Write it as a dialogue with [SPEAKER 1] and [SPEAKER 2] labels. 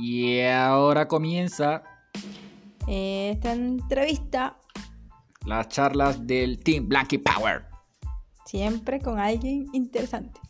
[SPEAKER 1] Y ahora comienza
[SPEAKER 2] Eh, Esta entrevista
[SPEAKER 1] las charlas del Team Blanky Power.
[SPEAKER 2] siempre con alguien interesante.